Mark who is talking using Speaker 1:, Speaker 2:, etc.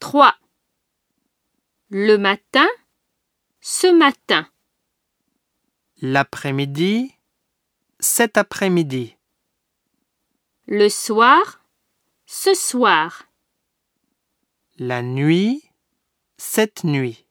Speaker 1: 3. Le matin, ce matin,
Speaker 2: l'après-midi, cet après-midi,
Speaker 1: le soir, ce soir.
Speaker 2: la nuit, cette nuit.